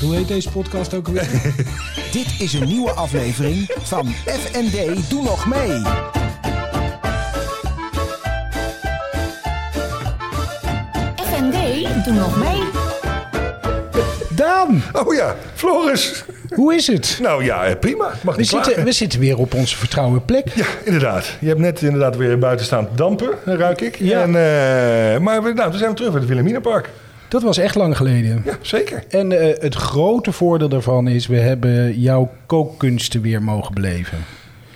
Hoe heet deze podcast ook alweer? Dit is een nieuwe aflevering van FND Doe Nog Mee. FND, doe nog mee. Daan, Oh ja, Floris. hoe is het? Nou ja, eh, prima. Mag We niet klagen. zitten, we zitten weer op onze vertrouwde plek. Ja, inderdaad. Je hebt net inderdaad weer buitenstaand dampen, eh, ruik ik. Ja. En, eh, maar we, nou, toen zijn we terug bij het Wilhelminapark. Dat was echt lang geleden. Ja, zeker. En eh, het grote voordeel daarvan is, we hebben jouw kookkunsten weer mogen beleven.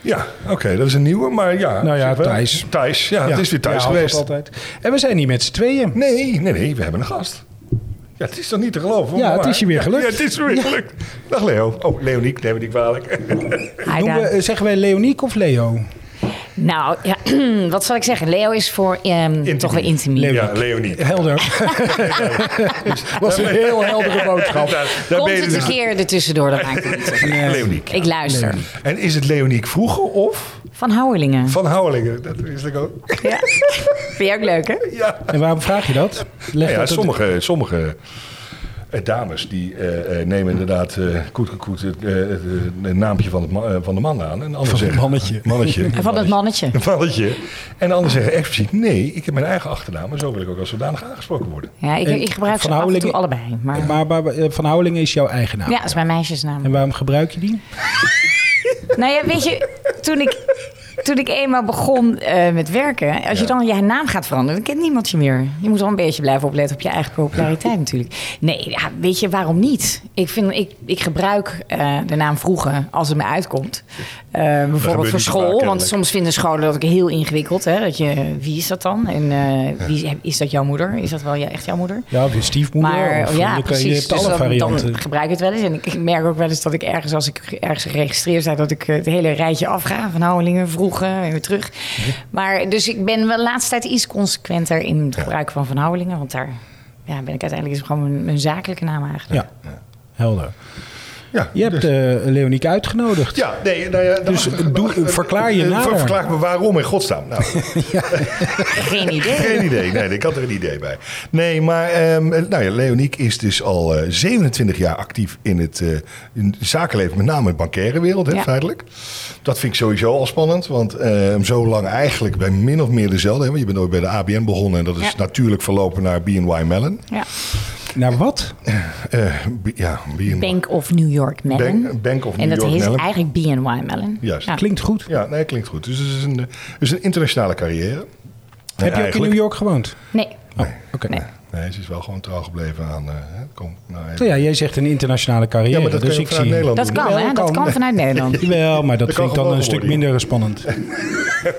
Ja, oké, dat is een nieuwe, maar ja. Nou ja, zeg wel. Thijs. Thijs, ja, het is weer Thijs ja, geweest. altijd. En we zijn niet met z'n tweeën. Nee, nee, nee, we hebben een gast. Ja, het is toch niet te geloven? Ja, maar- het is je weer gelukt. Ja, het is weer gelukt. Dag Leo. Oh, Leoniek, neem me niet kwalijk. Hi Doen we, Daan. eh, zeggen wij Leoniek of Leo? Nou, ja, wat zal ik zeggen? Leo is voor ehm toch wel intimiek. Ja, Leoniek. Helder. Dus was een heel heldere boodschap. Daar, daar Komt ben je het een dus. keer ertussendoor, dat maakt me niet uit. Leoniek. Ik luister. En is het Leoniek vroeger of Van Houwelingen. van Houwelingen? Dat is ik ook. Ja. Vind je ook leuk, hè? Ja. En waarom vraag je dat? Leg Nou ja, dat- sommige, sommige eh, dames die eh, eh, nemen inderdaad eh koet koet, koet het, eh, het, eh, het naampje van, het ma- eh, van de man aan. En anderen het zeggen, mannetje. mannetje. En van het mannetje. Een mannetje. En de anderen zeggen expliciet, nee, ik heb mijn eigen achternaam. En zo wil ik ook als zodanig aangesproken worden. Ja, ik, En ik gebruik Van ze af en toe Houwelingen- allebei. Maar, Maar, maar, eh, Van Houwelingen is jouw eigen naam. ja, dat is mijn meisjesnaam. En waarom gebruik je die? Nou ja, weet je, toen ik, toen ik eenmaal begon eh, met werken, als je dan je naam gaat veranderen, dan kent niemand je meer. Je moet wel een beetje blijven opletten op je eigen populariteit natuurlijk. Nee, ja, weet je, waarom niet? Ik, vind, ik, ik gebruik eh, de naam vroeger als het me uitkomt. Eh, gebeurt bijvoorbeeld niet voor te vaak, school, want kennelijk. soms vinden scholen dat ik heel ingewikkeld. Hè, dat je, wie is dat dan? En eh, wie, is dat jouw moeder? Is dat wel je- echt jouw moeder? Ja, of je stiefmoeder. Maar oh of ja, Nou, je, kan- je precies. hebt alle dus dan, dan varianten. gebruik ik het wel eens. En ik, ik merk ook wel eens dat ik ergens, als ik ergens geregistreerd sta, dat ik eh, het hele rijtje afga. Van Houwelingen, Vroegen en weer terug. Maar dus ik ben wel de laatste tijd iets consequenter in het gebruik van Van Houwelingen. Want daar ja, ben ik uiteindelijk is gewoon mijn, mijn zakelijke naam eigenlijk. ja. helder. Ja, Je hebt dus- eh Leoniek uitgenodigd. ja, nee, nou ja, dan- Dus doe- eh, verklaar je eh, nader. Verklaar me waarom in godsnaam. Nou, Geen idee. geen idee. Nee, ik had er een idee bij. Nee, maar ehm, nou ja, Leoniek is dus al eh, 27 jaar actief in het eh, in het zakenleven, met name in de bankaire wereld, hè, Ja. feitelijk. Dat vind ik sowieso al spannend, want ehm, zo lang eigenlijk bij min of meer dezelfde. Hè, want je bent ooit bij de ABN begonnen en dat is Ja. natuurlijk verlopen naar BNY Mellon. Ja. Naar wat? Eh, B- ja, BNY. Bank of New York Mellon. Bank- Bank of en New dat York heet Mellon. eigenlijk BNY Mellon. Juist. Ja. Klinkt goed. Ja, nee, klinkt goed. Dus het is een, eh, het is een internationale carrière. Heb je ook in New York gewoond? Nee. Oh, oké. Nee. Nee, ze is wel gewoon trouw gebleven aan... eh, hè, kom, nou even. Nou ja, jij zegt een internationale carrière. Ja, maar dat dus kun je ook ik vanuit zie... Nederland Dat doen. kan, hè? Dat kan vanuit Nederland. Wel, maar dat, Dat kan vind ik dan gewoon een stuk worden. minder spannend.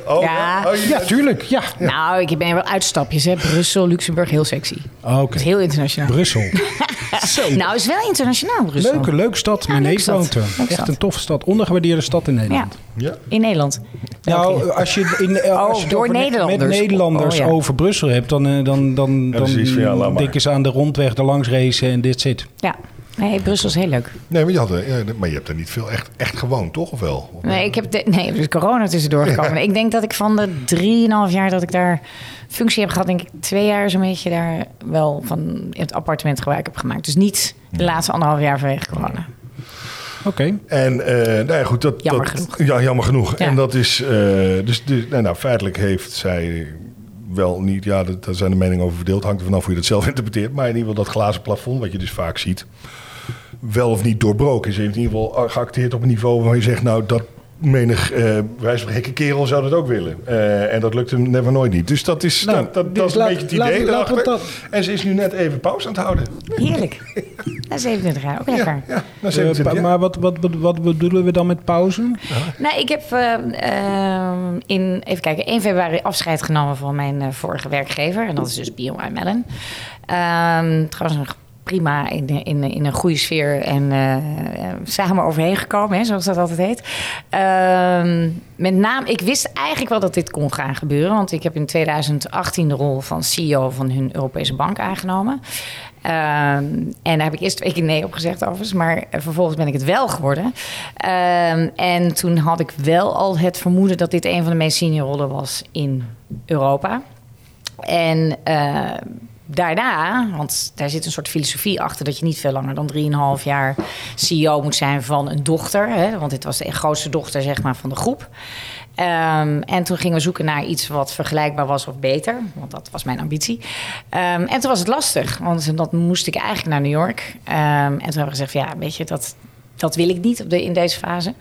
Oh, Ja. oh, je- Ja, tuurlijk. Ja. Nou, ik ben wel uitstapjes, hè? Brussel, Luxemburg, heel sexy. Het Ah, Oké. is heel internationaal. Brussel. Zo. Nou, is wel internationaal, Brussel. Leuke, leuke stad. Mijn leuke neef stad. woont er. Leuke Echt stad. een toffe stad. Ondergewaardeerde stad in Ja, Nederland. Ja. in Nederland. Nou, als je, in, eh, als je het door over met- Nederlanders. met Nederlanders Oh, ja. over Brussel hebt, dan, eh, dan, dan, dan, precies. Ja, laat maar. denken ze aan de rondweg, er langs racen en dit zit. Ja. Nee, Brussel is heel leuk. Nee, maar je, had, er- ja, maar je hebt er niet veel echt, echt gewoond, toch? Of wel? Nee, ik heb de, nee, er is corona tussendoor gekomen. Ik denk dat ik van de 3,5 jaar dat ik daar functie heb gehad, denk ik twee jaar zo'n beetje daar wel van het appartement gebruik heb gemaakt. Dus niet de laatste anderhalf jaar vanwege corona. Oké. En eh nou ja, goed, dat, Jammer dat, genoeg. Ja, jammer genoeg. Ja. En dat is, eh, dus, dus nou, nou, feitelijk heeft zij wel niet, ja, dat- daar zijn de meningen over verdeeld, hangt er vanaf hoe je dat zelf interpreteert, maar in ieder geval dat glazen plafond, wat je dus vaak ziet, wel of niet doorbroken is. Ze heeft in ieder geval geacteerd op een niveau waar je zegt, nou, dat menig eh wijsbrekken kerel zou dat ook willen. Eh, en dat lukt hem never nooit niet. Dus dat is, Nou, dat, dat, dus dat is een laat- beetje het laat- idee laten we daarachter. En ze is nu net even pauze aan het houden. Heerlijk. Dat is 27 jaar, ook lekker. Ja, ja. Nou, Eh, 27 pa- jaar. maar wat, wat, wat, wat bedoelen we dan met pauze? Nou, ik heb eh, ehm, in, even kijken, 1 februari afscheid genomen van mijn eh, vorige werkgever. En dat is dus BNY Mellon. Ehm, trouwens, nog prima in, in, in een goede sfeer en eh, eh, samen overheen gekomen, hè, zoals dat altijd heet. Ehm, met name, ik wist eigenlijk wel dat dit kon gaan gebeuren. Want ik heb in 2018 de rol van CEO van hun Europese bank aangenomen. Ehm, en daar heb ik eerst twee keer nee op gezegd overigens, maar eh, vervolgens ben ik het wel geworden. Ehm, en toen had ik wel al het vermoeden dat dit een van de meest senior rollen was in Europa. En eh, daarna, want daar zit een soort filosofie achter... dat je niet veel langer dan 3,5 jaar CEO moet zijn van een dochter. Hè, want dit was de grootste dochter zeg maar, van de groep. Ehm, en toen gingen we zoeken naar iets wat vergelijkbaar was of beter. Want dat was mijn ambitie. Ehm, en toen was het lastig, want dat moest ik eigenlijk naar New York. Ehm, en toen hebben we gezegd, ja, weet je, dat, dat wil ik niet op de, in deze fase.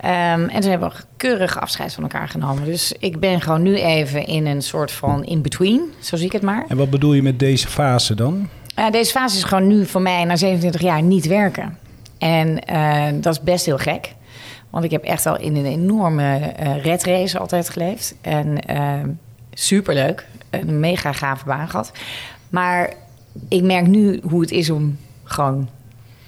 Ehm, en toen hebben we keurig afscheid van elkaar genomen. Dus ik ben gewoon nu even in een soort van in-between, zo zie ik het maar. En wat bedoel je met deze fase dan? Eh, deze fase is gewoon nu voor mij na 27 jaar niet werken. En eh, dat is best heel gek. Want ik heb echt al in een enorme eh red race altijd geleefd. En eh, superleuk. Een mega gave baan gehad. Maar ik merk nu hoe het is om gewoon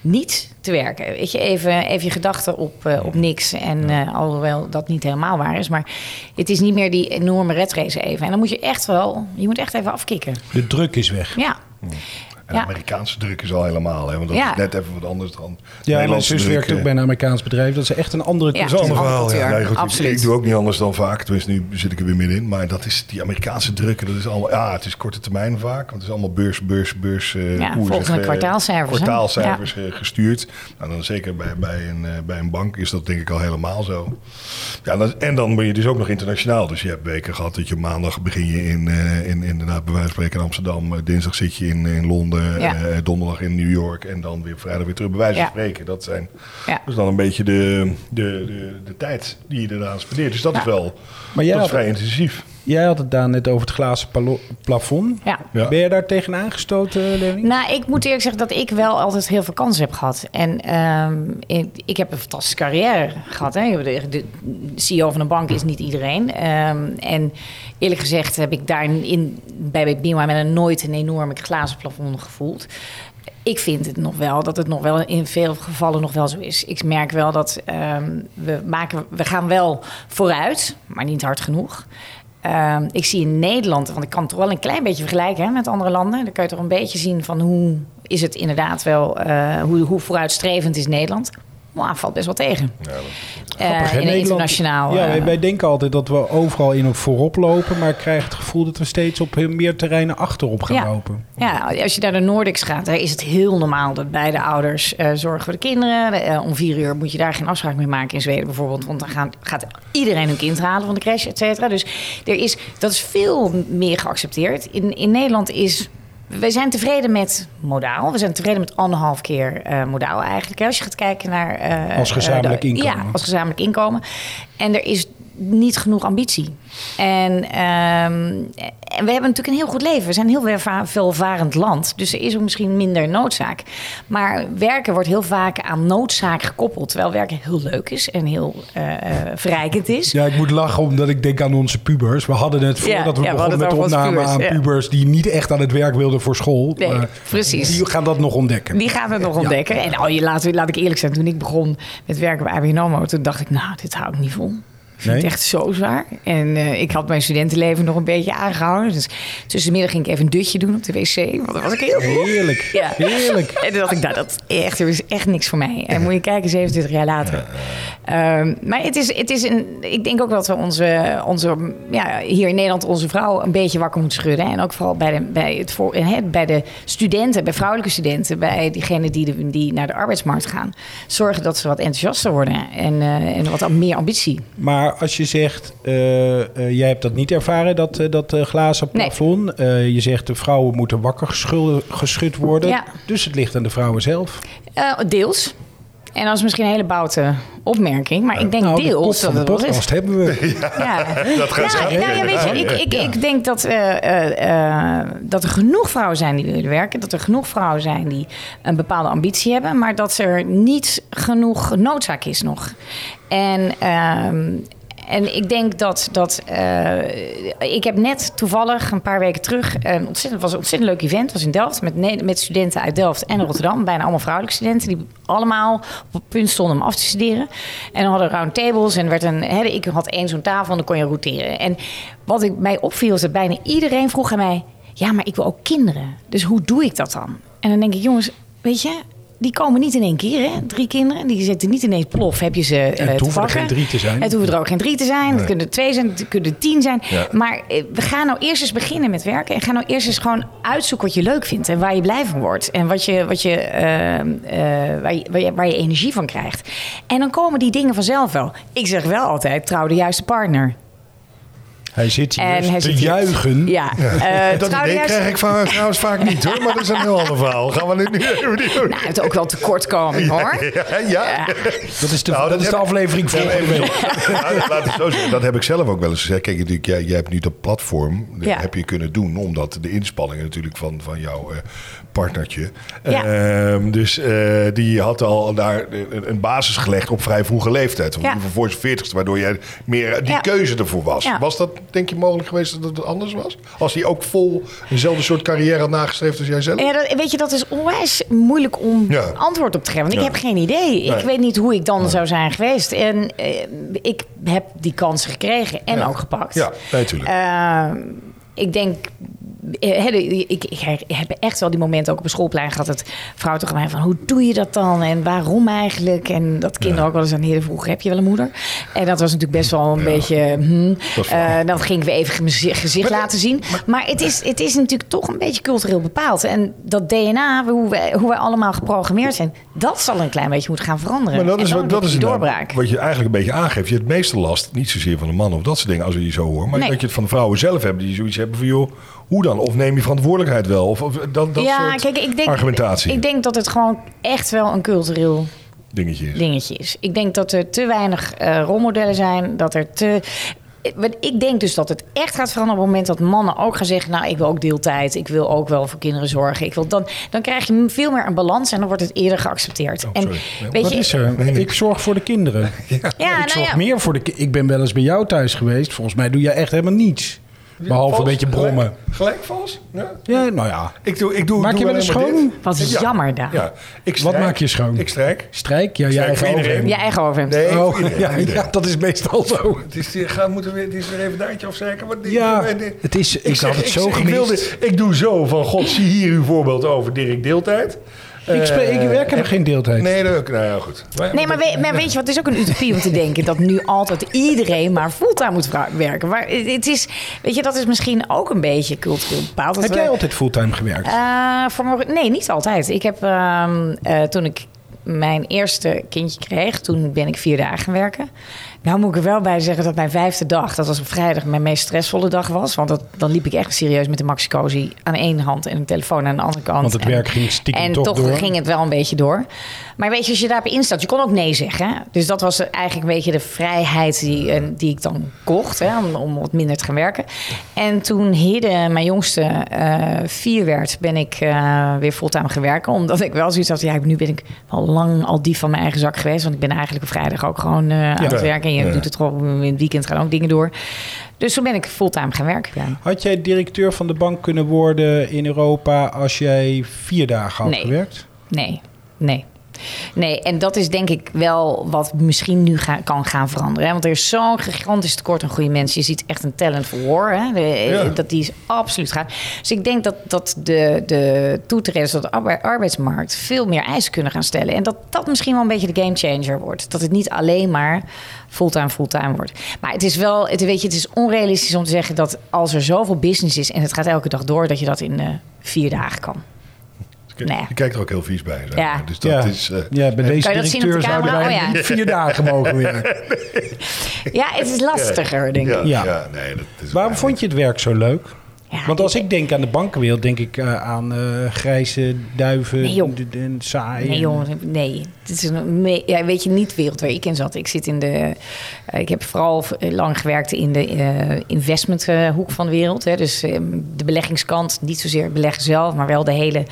niet te werken. Weet je, even, even je gedachten op, eh, op niks. En eh, alhoewel dat niet helemaal waar is. Maar het is niet meer die enorme red race even. En dan moet je echt wel... Je moet echt even afkicken. De druk is weg. Ja. En Ja. Amerikaanse druk is al helemaal, hè, want dat Ja. is net even wat anders dan Ja, mijn Nederlandse zus druk, eh. werkt hè. ook bij een Amerikaans bedrijf. Dat is echt een andere Ja. Dat is een ander Het is een verhaal, ja. andere Nee, goed, cultuur, ik, absoluut. ik doe ook niet anders dan vaak. Tenminste, nu zit ik er weer middenin. Maar dat is die Amerikaanse drukken. Dat is allemaal, ja, het is korte termijn vaak. Want het is allemaal beurs, beurs, beurs. eh, Ja, koersen, volgens de eh, kwartaalcijfers, hè? Kwartaalcijfers eh, gestuurd. Nou, dan zeker bij, bij, een, eh, bij een bank is dat denk ik al helemaal zo. Ja, dat- en dan ben je dus ook nog internationaal. Dus je hebt weken gehad dat je maandag begin je in, eh, in inderdaad, bij wijze van spreken in Amsterdam. Eh, Dinsdag zit je in, in Londen. Ja. eh, donderdag in New York. En dan weer vrijdag weer terug. Bij wijze van Ja. spreken. Dat zijn Ja. dus dan een beetje de, de, de, de tijd die je eraan spendeert. Dus dat is wel Maar jij dat is had- vrij intensief. Jij had het daar net over het glazen palo- plafond. Ja. Ja. Ben je daar tegen aangestoten, Leonie? Nou, ik moet eerlijk zeggen dat ik wel altijd heel veel kansen heb gehad. En ehm, ik, ik heb een fantastische carrière gehad. Hè. Ik bedoel, De CEO van een bank is niet iedereen. Ehm, en eerlijk gezegd heb ik daarin bij BMI met een nooit een enorme glazen plafond gevoeld. Ik vind het nog wel dat het nog wel in veel gevallen nog wel zo is. Ik merk wel dat ehm, we, maken, we gaan wel vooruit, maar niet hard genoeg. Ehm, ik zie in Nederland, want ik kan het toch wel een klein beetje vergelijken hè, met andere landen. Dan kun je toch een beetje zien van hoe is het inderdaad wel, eh, hoe, hoe vooruitstrevend is Nederland. Maar valt best wel tegen. Eh, Grappig, hè, in een Nederland- internationaal. Ja, eh, wij, wij denken altijd dat we overal in op voorop lopen. Maar ik krijg het gevoel dat we steeds op heel meer terreinen achterop gaan Ja. lopen. Ja, als je naar de Nordics gaat, daar is het heel normaal dat beide ouders eh, zorgen voor de kinderen. Eh, om vier uur moet je daar geen afspraak mee maken in Zweden bijvoorbeeld. Want dan gaan, gaat iedereen hun kind halen van de crash, et cetera. Dus er is, dat is veel meer geaccepteerd. In, in Nederland is. We zijn tevreden met modaal. We zijn tevreden met anderhalf keer eh, modaal eigenlijk. hè, Als je gaat kijken naar... eh, Als gezamenlijk eh, de- inkomen. Ja, als gezamenlijk inkomen. En er is niet genoeg ambitie. En, ehm, en we hebben natuurlijk een heel goed leven. We zijn een heel welva- veelvarend land. Dus er is ook misschien minder noodzaak. Maar werken wordt heel vaak aan noodzaak gekoppeld. Terwijl werken heel leuk is en heel eh, eh, verrijkend is. Ja, ik moet lachen omdat ik denk aan onze pubers. We hadden het Ja, voordat we ja, we begonnen hadden met de het over opname onze aan pubers, ja. pubers die niet echt aan het werk wilden voor school. Nee, maar precies. Die gaan dat nog ontdekken. Die gaan we nog ontdekken. En oh, je, laat, laat ik eerlijk zijn, toen ik begon met werken bij ABN AMRO... toen dacht ik, nou, dit hou ik niet vol. Ik vind Nee? het echt zo zwaar. En eh, ik had mijn studentenleven nog een beetje aangehouden. Dus tussen de middag ging ik even een dutje doen op de wc. Want dan was ik heel moe. Heerlijk. Ja. Heerlijk. En toen dacht ik, nou, dat echt, er is echt niks voor mij. En moet je kijken, 27 jaar later. Ehm, maar het is, het is een, ik denk ook dat we onze, onze, ja, hier in Nederland onze vrouw een beetje wakker moeten schudden. En ook vooral bij de, bij het voor, hè, bij de studenten, bij vrouwelijke studenten, bij diegenen die, de- die naar de arbeidsmarkt gaan. Zorgen dat ze wat enthousiaster worden en, eh, en wat meer ambitie. Maar als je zegt, eh, eh, jij hebt dat niet ervaren, dat, eh, dat eh, glazen Nee. plafond. Eh, je zegt de vrouwen moeten wakker geschul- geschud worden. Ja. Dus het ligt aan de vrouwen zelf. Eh, deels. En dat is misschien een hele boute opmerking, maar ik denk nou, de kop deels van dat de het wel is. podcast hebben we. Ja. Dat gaat ja, zeker. nou ja, weet je, ik, ik, ik denk dat, eh, eh, eh, dat er genoeg vrouwen zijn die willen werken. Dat er genoeg vrouwen zijn die een bepaalde ambitie hebben. Maar dat er niet genoeg noodzaak is nog. En, ehm, en ik denk dat... dat eh, ik heb net toevallig een paar weken terug... Een ontzettend, was een ontzettend leuk event. Het was in Delft met, ne- met studenten uit Delft en Rotterdam. Bijna allemaal vrouwelijke studenten. Die allemaal op het punt stonden om af te studeren. En dan hadden we roundtables. En werd een, hè, ik had één zo'n tafel en dan kon je roteren. En wat ik, mij opviel is dat bijna iedereen vroeg aan mij... Ja, maar ik wil ook kinderen. Dus hoe doe ik dat dan? En dan denk ik, jongens, weet je... die komen niet in één keer, hè? Drie kinderen. Die zitten niet ineens plof, heb je ze eh, het te hoeven er pakken. geen drie te zijn. Het hoeven er ook geen drie te zijn. Het Nee. kunnen er twee zijn, het kunnen er tien zijn. Ja. Maar eh, we gaan nou eerst eens beginnen met werken. En ga nou eerst eens gewoon uitzoeken wat je leuk vindt. En waar je blij van wordt. En wat je, wat je, eh, eh, waar, je, waar, je, waar je energie van krijgt. En dan komen die dingen vanzelf wel. Ik zeg wel altijd, trouw de juiste partner. Hij zit hier En dus hij te zit hier- juichen. Ja, eh, dat trouw de idee juiste- krijg ik van, trouwens vaak niet hoor, maar dat is een heel ander verhaal. Gaan we nu even niet doen. Nou, het ook wel tekort komen, Nou, hoor. Eh, Ja, ja. Dat is de, Nou, dat dat is de heb- aflevering Ja, volgende even week. zo. Nou, dat laat ik zo zeggen. Dat heb ik zelf ook wel eens gezegd. Kijk, natuurlijk, jij, jij hebt nu dat platform. Dat Ja. heb je kunnen doen. Omdat de inspanningen natuurlijk van, van jouw eh, partnertje. Ja. Ehm, dus eh, die had al daar een, een basis gelegd op vrij vroege leeftijd. Ja. Van Voor zijn veertigste. Waardoor jij meer eh, die Ja. keuze ervoor was. Ja. Was dat denk je mogelijk geweest dat het anders was? Als hij ook vol dezelfde soort carrière had nagestreefd als jij zelf? Ja, dat, weet je, dat is onwijs moeilijk om Ja. antwoord op te geven. Want Ja. ik heb geen idee. Nee. Ik weet niet hoe ik dan zou zijn geweest. En eh, ik heb die kans gekregen en Ja. ook gepakt. Ja, natuurlijk. Ehm, ik denk. eh, hè, de- Ik, ik her- heb echt wel die momenten ook op een schoolplein gehad. Het vrouw tegen mij van hoe doe je dat dan en waarom eigenlijk? En dat kinderen ook wel eens aan heren vroegen: heb je wel een moeder? En dat was natuurlijk best wel een beetje. hmm, Dat is wel- eh, dan ging ik weer even gezi- gezicht laten zien. Maar het is, het is natuurlijk toch een beetje cultureel bepaald. En dat DNA, hoe wij, hoe wij allemaal geprogrammeerd zijn, dat zal een klein beetje moeten gaan veranderen. Maar dat En is, dan wat, dat wordt is die nou doorbraak. wat je eigenlijk een beetje aangeeft. Je hebt het meeste last, niet zozeer van de man of dat soort dingen, als we je zo hoort. Maar Nee. dat je het van de vrouwen zelf hebt, die zoiets hebben van, joh, hoe dan? Of neem je verantwoordelijkheid wel? Of, of dat, dat soort argumentatie Ik denk dat het gewoon echt wel een cultureel dingetje is. dingetje is. Ik denk dat er te weinig eh, rolmodellen zijn. Dat er te. Eh, want Ik denk dus dat het echt gaat veranderen op het moment dat mannen ook gaan zeggen: Nou, ik wil ook deeltijd. Ik wil ook wel voor kinderen zorgen. Ik wil dan, dan krijg je veel meer een balans en dan wordt het eerder geaccepteerd. en Oh, sorry. Nee, weet Wat je, is er? nee. Ik zorg voor de kinderen. Ja, ik nou zorg ja. meer voor de ki- Ik ben wel eens bij jou thuis geweest. Volgens mij doe jij echt helemaal niets. Behalve een Vals? beetje brommen. Gelijk, gelijk vals? Ja. Ja, nou ja. Ik doe, ik doe, Maak doe je wel eens alleen maar schoon? dit. Wat Ja. jammer daar. Ja. Wat Ik strijk. maak je schoon? Ik strijk. Strijk? Ja, jij Strijk eigen voor iedereen. overhemd. Je eigen overhemd. Nee, voor Oh, iedereen, ja, iedereen. ja, dat is meestal zo. Het is, die gaan, moeten we, het is weer even een daadje afzeken. want die- Ja, eh, die- het is- ik had het zo ik, wilde, ik doe zo van, god, zie hier uw voorbeeld over Dirk Deeltijd. Ik, spe- ik werk er geen deeltijd. Nee, dat, nou ja, goed. Nee, maar, we- maar weet je wat? Het is ook een utopie om te denken dat nu altijd iedereen maar fulltime moet vra- werken. Maar het het is, weet je, dat is misschien ook een beetje cultureel bepaald. Dat Heb we- jij altijd fulltime gewerkt? Eh, voor mijn- nee, niet altijd. Ik heb ehm, eh, toen ik mijn eerste kindje kreeg, toen ben ik vier dagen gaan werken. Nou moet ik er wel bij zeggen dat mijn vijfde dag, dat was op vrijdag, mijn meest stressvolle dag was. Want dat, dan liep ik echt serieus met de maxicosi aan één hand en een telefoon aan de andere kant. Want het En- werk ging stiekem En toch door. ging het wel een beetje door. Maar weet je, als je daarop instapt, je kon ook nee zeggen. hè. Dus dat was eigenlijk een beetje de vrijheid die, eh, die ik dan kocht. Hè, om, om wat minder te gaan werken. En toen Hidde, mijn jongste, eh, vier werd, ben ik eh, weer fulltime gaan werken. Omdat ik wel zoiets had, ja, nu ben ik al lang al dief van mijn eigen zak geweest. Want ik ben eigenlijk op vrijdag ook gewoon eh, aan het werken. En je doet het gewoon in het weekend gaan ook dingen door. Dus toen ben ik fulltime gaan werken. ja. Had jij directeur van de bank kunnen worden in Europa als jij vier dagen had Nee. gewerkt? Nee, nee. Nee, en dat is denk ik wel wat misschien nu ga- kan gaan veranderen. Hè? Want er is zo'n gigantisch tekort aan goede mensen. Je ziet echt een talent for war. Hè? De- eh, Dat die is absoluut gaan. Dus ik denk dat, dat de, de toetreders tot de arbe- arbeidsmarkt veel meer eisen kunnen gaan stellen. En dat dat misschien wel een beetje de game changer wordt. Dat het niet alleen maar fulltime, fulltime wordt. Maar het is wel, het, weet je, het is onrealistisch om te zeggen dat als er zoveel business is en het gaat elke dag door, dat je dat in eh, vier dagen kan. Nee. Je kijkt er ook heel vies bij. Zeg. Ja. maar. Dus dat is... eh, ja, bij deze Kan je dat zien op de directeur zouden wij camera? Oh, ja. niet vier dagen mogen werken. Ja, het is lastiger, denk ik. ja, Ja. ja. nee, dat is Waarom vond je het werk zo leuk? Ja, Want als ik denk aan de bankenwereld, denk ik eh, aan eh, grijze duiven Nee, joh. d- d- en saai. Nee, en- jongen, nee. Het is een, me- ja, weet je niet de wereld waar ik in zat. Ik zit in de. eh, ik heb vooral v- lang gewerkt in de eh, investmenthoek van de wereld. Hè. Dus eh, de beleggingskant, niet zozeer het beleggen zelf, maar wel de hele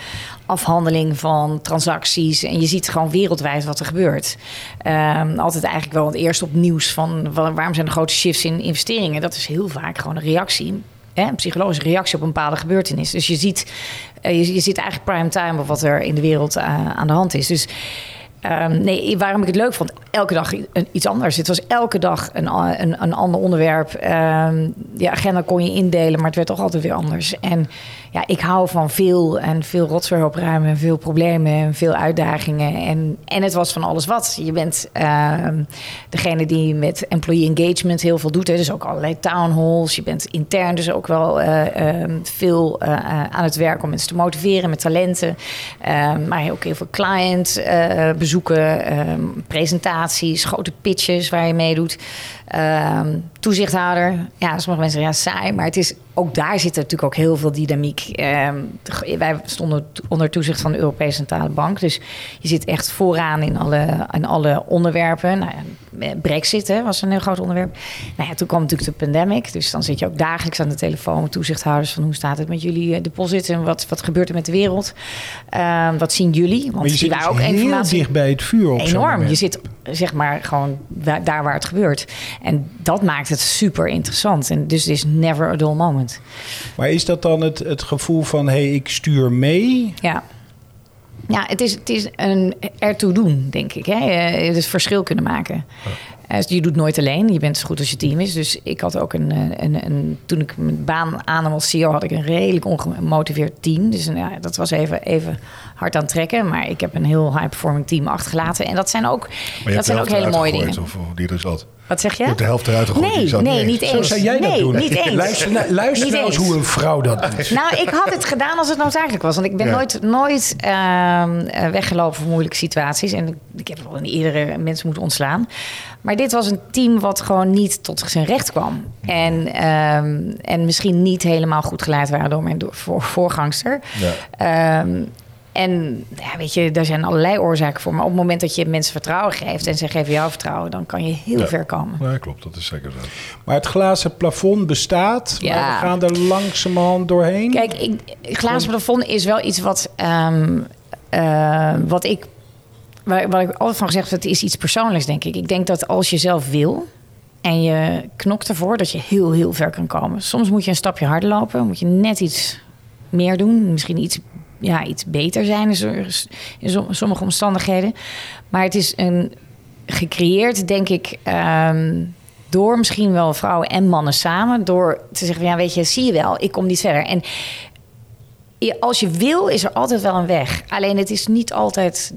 afhandeling van transacties. En je ziet gewoon wereldwijd wat er gebeurt. Ehm, altijd eigenlijk wel het eerst op nieuws van wa- waarom zijn er grote shifts in investeringen. Dat is heel vaak gewoon een reactie hè, een psychologische reactie op een bepaalde gebeurtenis. Dus je ziet, eh, je, je ziet eigenlijk prime time op wat er in de wereld eh, aan de hand is. Dus Ehm, nee, waarom ik het leuk vond, elke dag i- een- iets anders. Het was elke dag een, a- een, een ander onderwerp. Ehm je agenda kon je indelen, maar het werd toch altijd weer anders. En ja, ik hou van veel en veel rotzooi opruimen... en veel problemen en veel uitdagingen. En, en het was van alles wat. Je bent ehm, degene die met employee engagement heel veel doet. Hè. Dus ook allerlei town halls. Je bent intern dus ook wel eh, ehm, veel eh, eh, aan het werk om mensen te motiveren met talenten. Ehm, maar ook heel veel client eh, bezoeken, ehm, presentaties, grote pitches waar je meedoet. Ehm, toezichthouder. Ja, sommige mensen zeggen ja, saai. Maar het is, ook daar zit natuurlijk ook heel veel dynamiek. Ehm, t- wij stonden t- onder toezicht van de Europese Centrale Bank. Dus je zit echt vooraan in alle, in alle onderwerpen. Nou, ja, eh, Brexit hè, was een heel groot onderwerp. Nou ja, toen kwam natuurlijk de pandemic. Dus dan zit je ook dagelijks aan de telefoon met toezichthouders. Van hoe staat het met jullie eh, deposits en wat, wat gebeurt er met de wereld? Ehm, wat zien jullie? Want Maar je die zit waren dus ook heel informatie dicht bij het vuur op zo'n enorm. moment. Je zit zeg maar gewoon wa- daar waar het gebeurt. En dat maakt het super interessant. En dus het is never a dull moment. Maar is dat dan het, het gevoel van, hé, hey, ik stuur mee? Ja. Ja, het is, het is een ertoe doen, denk ik. Hè? Eh, Het is verschil kunnen maken. Eh, dus Je doet nooit alleen. Je bent zo goed als je team is. Dus ik had ook een... eh, een, een toen ik mijn baan aannam als CEO... had ik een redelijk ongemotiveerd team. Dus eh, ja, dat was even, even hard aan het trekken. Maar ik heb een heel high-performing team achtergelaten. En dat zijn ook, Maar je dat hebt de zijn ook helft hele eruit mooie gegooid, dingen. Of, of die er zat. Wat zeg je? Je hebt de helft eruit gegooid. Nee, Ik zou het nee, niet eens- eens. Zo zou jij dat nee, doen. Niet eens. Luister, nou- luister Niet nou eens eens. hoe een vrouw dat doet. Nou, ik had het gedaan als het noodzakelijk was. Want ik ben Ja. nooit, nooit ehm, eh, weggelopen voor moeilijke situaties. En ik, ik heb wel in eerdere mensen moeten ontslaan. Maar dit was een team wat gewoon niet tot zijn recht kwam. En, ehm, en misschien niet helemaal goed geleid waren door mijn do- voor- voorgangster. Ja. Ehm, en ja, weet je, daar zijn allerlei oorzaken voor. Maar op het moment dat je mensen vertrouwen geeft en ze geven jou vertrouwen, dan kan je heel Ja. ver komen. Nee, klopt. Dat is zeker zo. Maar het glazen plafond bestaat, maar Ja. we gaan er langzamerhand doorheen. Kijk, ik, glazen plafond is wel iets wat, ehm, eh, wat ik. Waar, waar ik altijd van gezegd heb, het is iets persoonlijks, denk ik. Ik denk dat als je zelf wil en je knokt ervoor, dat je heel, heel ver kan komen. Soms moet je een stapje harder lopen, moet je net iets meer doen. Misschien iets, ja, iets beter zijn in zo- in som- sommige omstandigheden. Maar het is een, gecreëerd, denk ik, ehm, door misschien wel vrouwen en mannen samen. Door te zeggen, ja, weet je, zie je wel, ik kom niet verder. En je- als je wil, is er altijd wel een weg. Alleen het is niet altijd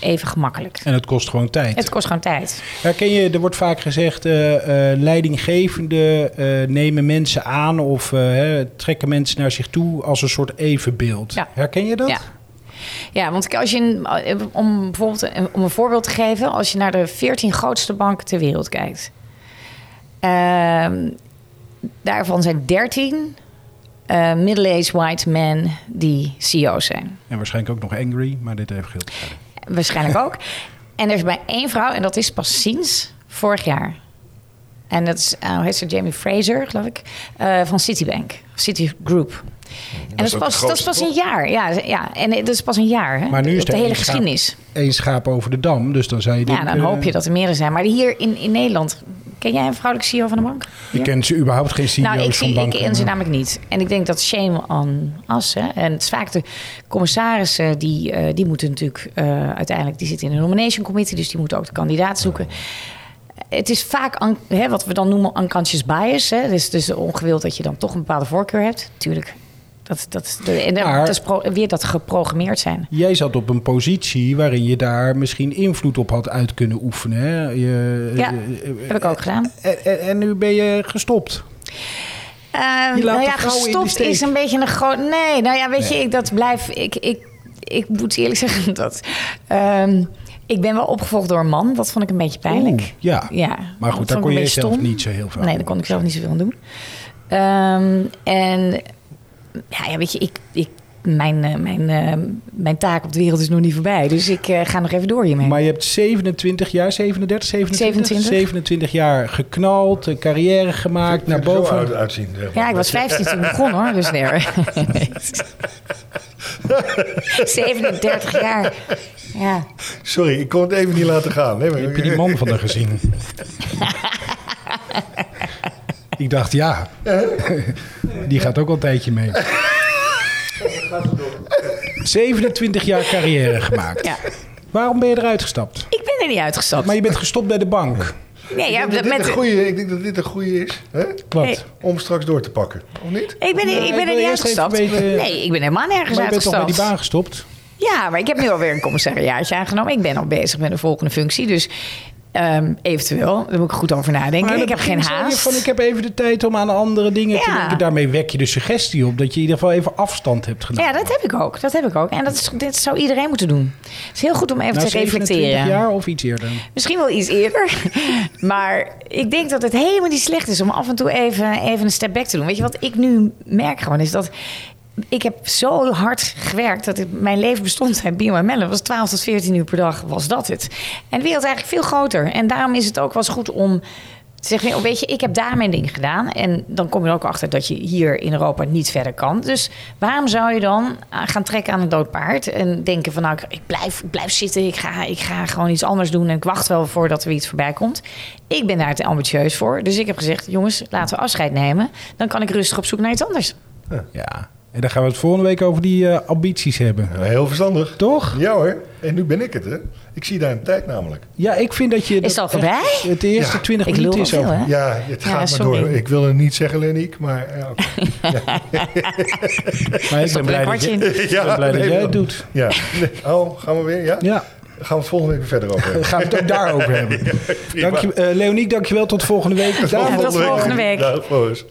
even gemakkelijk. En het kost gewoon tijd. Het kost gewoon tijd. Herken je, er wordt vaak gezegd, eh eh leidinggevenden eh, nemen mensen aan of eh, hè, trekken mensen naar zich toe als een soort evenbeeld. Ja. Herken je dat? Ja. Ja, want als je, een- om bijvoorbeeld een- om een voorbeeld te geven, als je naar de 14 grootste banken ter wereld kijkt, ehm, daarvan zijn 13 eh, middle-aged white men die CEO's zijn. En waarschijnlijk ook nog angry, maar dit heeft geld. Waarschijnlijk ook. En er is bij één vrouw, en dat is pas sinds vorig jaar. En dat is, eh, hoe heet ze, Jamie Fraser, geloof ik, eh, van Citibank, Citigroup. En dat is, ook pas, de dat is pas grootste, een jaar. Ja, ja, en dat is pas een jaar. Hè? Maar nu is de er hele één schaap. geschiedenis. Eén schaap over de dam, dus dan zei je Ja, dan eh, hoop je dat er meer zijn. Maar hier in, in Nederland, ken jij een vrouwelijke CEO van de bank? Ik ken ze überhaupt geen CEO's Nou, ik, van zie, ik banken. ken ze maar- namelijk niet. En ik denk dat shame on us. Hè? En het is vaak de commissarissen, die, eh, die moeten natuurlijk eh, uiteindelijk... die zitten in een nomination committee, dus die moeten ook de kandidaat zoeken. Het is vaak un- hè, wat we dan noemen unconscious bias. Hè? Dus, dus ongewild dat je dan toch een bepaalde voorkeur hebt. Tuurlijk. Dat, dat, en daar- Maar- dat is pro- weer dat geprogrammeerd zijn. Jij zat op een positie waarin je daar misschien invloed op had uit kunnen oefenen. Hè? Je- Ja, eh, eh, Heb ik ook gedaan. en, en- en nu ben je gestopt. Eh, Je laat de nou ja, vrouwen in de gestopt steek. is een beetje een groot. Nee, nou ja, weet je, ik dat blijf. Ik, ik, ik moet eerlijk zeggen dat. ehm, ik ben wel opgevolgd door een man. Dat vond ik een beetje pijnlijk. Oeh, ja. Ja. Maar goed, dat daar vond kon ik je een beetje zelf stom. niet zo heel veel aan Nee, daar kon ik zelf niet zoveel aan doen. Ehm, en ja, ja, weet je, ik, ik, mijn, eh, mijn, eh, mijn taak op de wereld is nog niet voorbij. Dus ik eh, ga nog even door hiermee. Maar je hebt 27 jaar, 37, 27? 27. 27 jaar geknald, een carrière gemaakt, naar boven. Uit, uitzien, zeg maar. Ja, ik was 15 toen ik begon hoor, dus nee. hoor. 37 jaar. Ja. Sorry, ik kon het even niet laten gaan. Nee, maar- Heb je die man van haar gezien? ik dacht, ja, die gaat ook al een tijdje mee. 27 jaar carrière gemaakt. Ja. Waarom ben je eruit gestapt? Ik ben er niet uitgestapt. Maar je bent gestopt bij de bank. nee, ja, ik, denk dat dit met, een goeie, ik denk dat dit een goede is. Hè? Wat? Nee. Om straks door te pakken. Of niet? ik ben, Ja, ik ik ben wil er niet eerst even uitgestapt. weten- Nee, ik ben helemaal nergens Maar je bent toch bij uitgestapt. die baan gestopt? Ja, maar ik heb nu alweer een commissariaatje aangenomen. Ik ben al bezig met een volgende functie. Dus eventueel, eventueel, daar moet ik goed over nadenken. Maar ik heb dat geen begint wel haast. weer Van, ik heb even de tijd om aan andere dingen te Ja. denken. Daarmee wek je de suggestie op dat je in ieder geval even afstand hebt genomen. Ja, dat heb ik ook. Dat heb ik ook. En dat, is, dit zou iedereen moeten doen. Het is heel goed om even Na te reflecteren. 27 Nou, jaar of iets eerder. Misschien wel iets eerder. Maar ik denk dat het helemaal niet slecht is om af en toe even, even een step back te doen. Weet je wat ik nu merk gewoon is dat. Ik heb zo hard gewerkt dat het, mijn leven bestond uit Bio en Mellen. was 12 tot 14 uur per dag, was dat het. En de wereld is eigenlijk veel groter. En daarom is het ook wel eens goed om te zeggen... "Oh, weet je, ik heb daar mijn ding gedaan. En dan kom je er ook achter dat je hier in Europa niet verder kan. Dus waarom zou je dan eh, gaan trekken aan een dood paard? En denken van, nou, ik, ik blijf, ik blijf zitten. Ik ga, ik ga gewoon iets anders doen. En ik wacht wel voordat er iets voorbij komt. Ik ben daar te ambitieus voor. Dus ik heb gezegd, jongens, laten we afscheid nemen. Dan kan ik rustig op zoek naar iets anders. Ja. En dan gaan we het volgende week over die eh, ambities hebben. Nou, heel verstandig. Toch? Ja hoor. En nu ben ik het, hè? Ik zie daar een tijd namelijk. Ja, ik vind dat je... Is dat het al echt- voorbij? Het eerste Ja. 20 Ik lul minuten wel is veel, over. hè? Ja, het Ja, gaat maar sorry. door. Ik wil het niet zeggen, Leniek, maar... eh, Ja, oké. Maar ik ben Stop blij er een dat, kwartje je, in. ik ben blij dat nee, jij wel. het doet. Ja. Nee. Oh, gaan we weer? Ja? Ja, Gaan we het volgende week weer verder over dan hebben. gaan we het ook daarover hebben. Prima. Dank je, eh, Leoniek, dankjewel. Tot volgende week. Daan, tot volgende week. Dag, Floris.